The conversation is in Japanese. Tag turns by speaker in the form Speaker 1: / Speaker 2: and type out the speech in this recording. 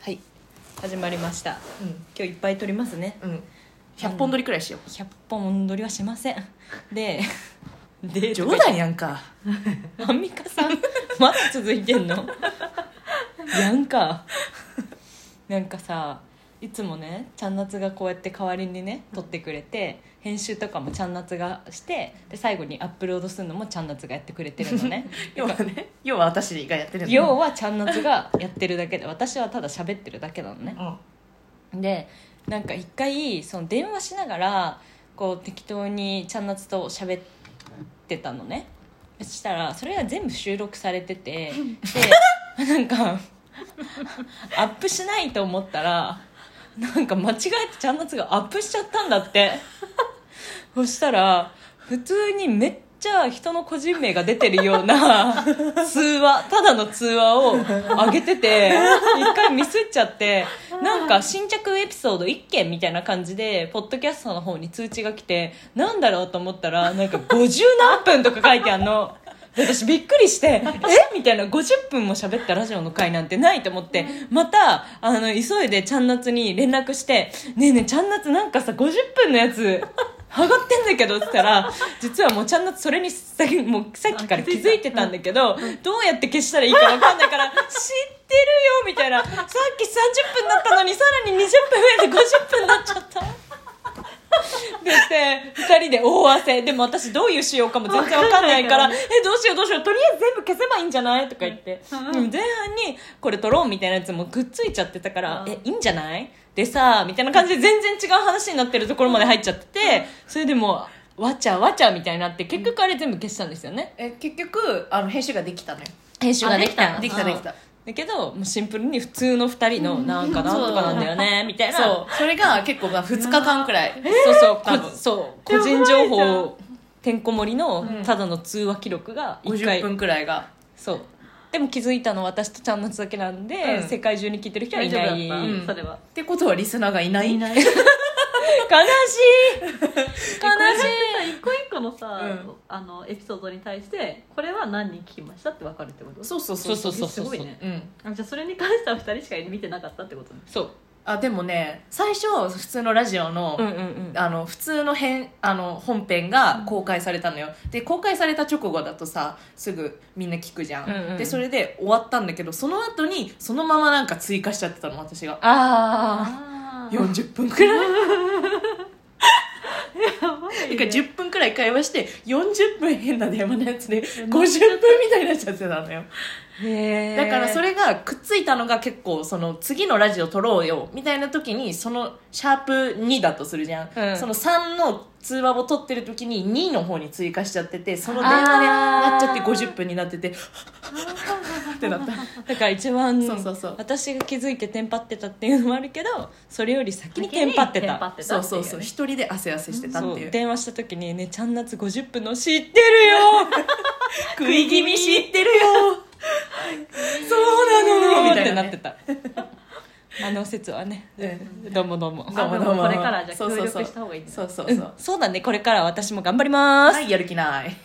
Speaker 1: はい
Speaker 2: 始まりました
Speaker 1: うん
Speaker 2: 今日いっぱい撮りますね
Speaker 1: うん100本撮りくらいしよ
Speaker 2: 100本撮りはしませんで で
Speaker 1: う冗談やんか
Speaker 2: アンミカさんまだ続いてんのやんかなんかさいつもねちゃんなつがこうやって代わりにね撮ってくれて編集とかもちゃんなつがしてで最後にアップロードするのもちゃんなつがやってくれてるのね
Speaker 1: 要はね要は私がやってるの
Speaker 2: 要はちゃんなつがやってるだけで私はただ喋ってるだけなのね
Speaker 1: うん
Speaker 2: でなんか一回その電話しながらこう適当にちゃんなつと喋ってたのねそしたらそれが全部収録されててでなんかアップしないと思ったらなんか間違えてちゃんなつがアップしちゃったんだってそしたら普通にめっちゃ人の個人名が出てるような通話ただの通話を上げてて一回ミスっちゃってなんか新着エピソード1件みたいな感じでポッドキャストの方に通知が来てなんだろうと思ったらなんか50何分とか書いてあんの。で私びっくりして「えみたいな50分も喋ったラジオの回なんてないと思ってまたあの急いでちゃんなつに連絡して「ねえねえちゃんなつなんかさ50分のやつ上がってんだけど」っつったら実はもうちゃんなつそれにさっきもうさっきから気づいてたんだけどどうやって消したらいいか分かんないから「知ってるよ」みたいな「さっき30分だったのにさらに20分増えて50分になっちゃった」で2人で大汗でも私どういう仕様かも全然わかんないから「
Speaker 1: わかんない
Speaker 2: えどうしようどうしようとりあえず全部消せばいいんじゃない?」とか言って、
Speaker 1: うん
Speaker 2: でも前半に「これ撮ろう」みたいなやつもくっついちゃってたから「
Speaker 1: うん
Speaker 2: えいいんじゃない?」でさみたいな感じで全然違う話になってるところまで入っちゃっててそれでもうわちゃわちゃみたいになって結局あれ全部消したんですよね
Speaker 1: え結局あの編集ができたのよ
Speaker 2: 編集ができた
Speaker 1: あできた
Speaker 2: うん
Speaker 1: できた
Speaker 2: だけどもうシンプルに普通の2人のなんかなんとかなんだよねみたいな
Speaker 1: そうそれが結構まあ2日間く らい
Speaker 2: そうそう
Speaker 1: 多
Speaker 2: こ
Speaker 1: 分
Speaker 2: そう個
Speaker 3: やばいじゃ
Speaker 2: 人
Speaker 3: ん
Speaker 2: 情報てんこ盛りの
Speaker 1: うん
Speaker 2: ただの通話記録が1
Speaker 1: 50
Speaker 2: 回
Speaker 1: 分くらいが
Speaker 2: そうでも気づいたのは私とちゃんのつだけなんで、
Speaker 1: うん
Speaker 2: 世界中に聞いてる人はい
Speaker 3: 大丈
Speaker 2: な
Speaker 3: 夫だっ
Speaker 2: い、
Speaker 3: た、
Speaker 1: うん
Speaker 3: それは
Speaker 1: ってことはリスナーがいない
Speaker 3: いない悲しい
Speaker 2: 悲しい悲しい
Speaker 3: 一個一個のさ、
Speaker 1: うん
Speaker 3: あのエピソードに対してこれは何人聞きましたって分かるってこと
Speaker 1: そうそう
Speaker 2: そ
Speaker 1: そうう
Speaker 2: そうそう
Speaker 3: す
Speaker 2: そう
Speaker 3: ご
Speaker 2: そ
Speaker 3: いうね
Speaker 1: うん
Speaker 3: あじゃあそれに関しては2人しか見てなかったってことね
Speaker 2: そう
Speaker 1: あでもね最初普通のラジオの、
Speaker 2: うんうんうん
Speaker 1: あの普通の編あの本編が公開されたのよで公開された直後だとさすぐみんな聞くじゃん、
Speaker 2: うんうん
Speaker 1: でそれで終わったんだけどその後にそのままなんか追加しちゃってたの私が
Speaker 2: あ
Speaker 3: あや
Speaker 1: 40分くらい
Speaker 3: ばい、
Speaker 1: て
Speaker 3: ね、
Speaker 1: か10分くらい会話して40分変な電話のやつで50分
Speaker 3: ん
Speaker 1: みたいになっちゃってたのよ
Speaker 2: あへえ
Speaker 1: だからそれがくっついたのが結構その次のラジオ撮ろうよみたいな時にそのシャープ2だとするじゃん、
Speaker 2: うん
Speaker 1: その3の通話を撮ってる時に2の方に追加しちゃっててその電話でなっちゃって
Speaker 2: あー
Speaker 1: 50分になってて ってなった
Speaker 2: だから一番
Speaker 1: そうそうそう
Speaker 2: 私が気づいてテンパってたっていうのもあるけどそれより先にテンパってた
Speaker 1: そうそうそう
Speaker 3: 一
Speaker 1: 一人で汗汗してたってい
Speaker 2: そう
Speaker 1: う
Speaker 2: 電話した時に「ねちゃんなつ50分の知ってるよ食い気味知ってるよそうなのよ」
Speaker 1: み
Speaker 2: ったて
Speaker 1: い
Speaker 2: な
Speaker 1: なね
Speaker 2: ってたあの説はね
Speaker 1: うん
Speaker 2: どうもどうも
Speaker 1: どうもどうも
Speaker 3: これからじゃあ
Speaker 1: そう
Speaker 3: 協
Speaker 1: そうそ
Speaker 3: 力
Speaker 1: う
Speaker 3: した方がいいんだ
Speaker 1: そうそう
Speaker 2: う
Speaker 1: そ
Speaker 2: ん
Speaker 1: う
Speaker 2: そうだねこれから私も頑張ります
Speaker 1: はいやる気ない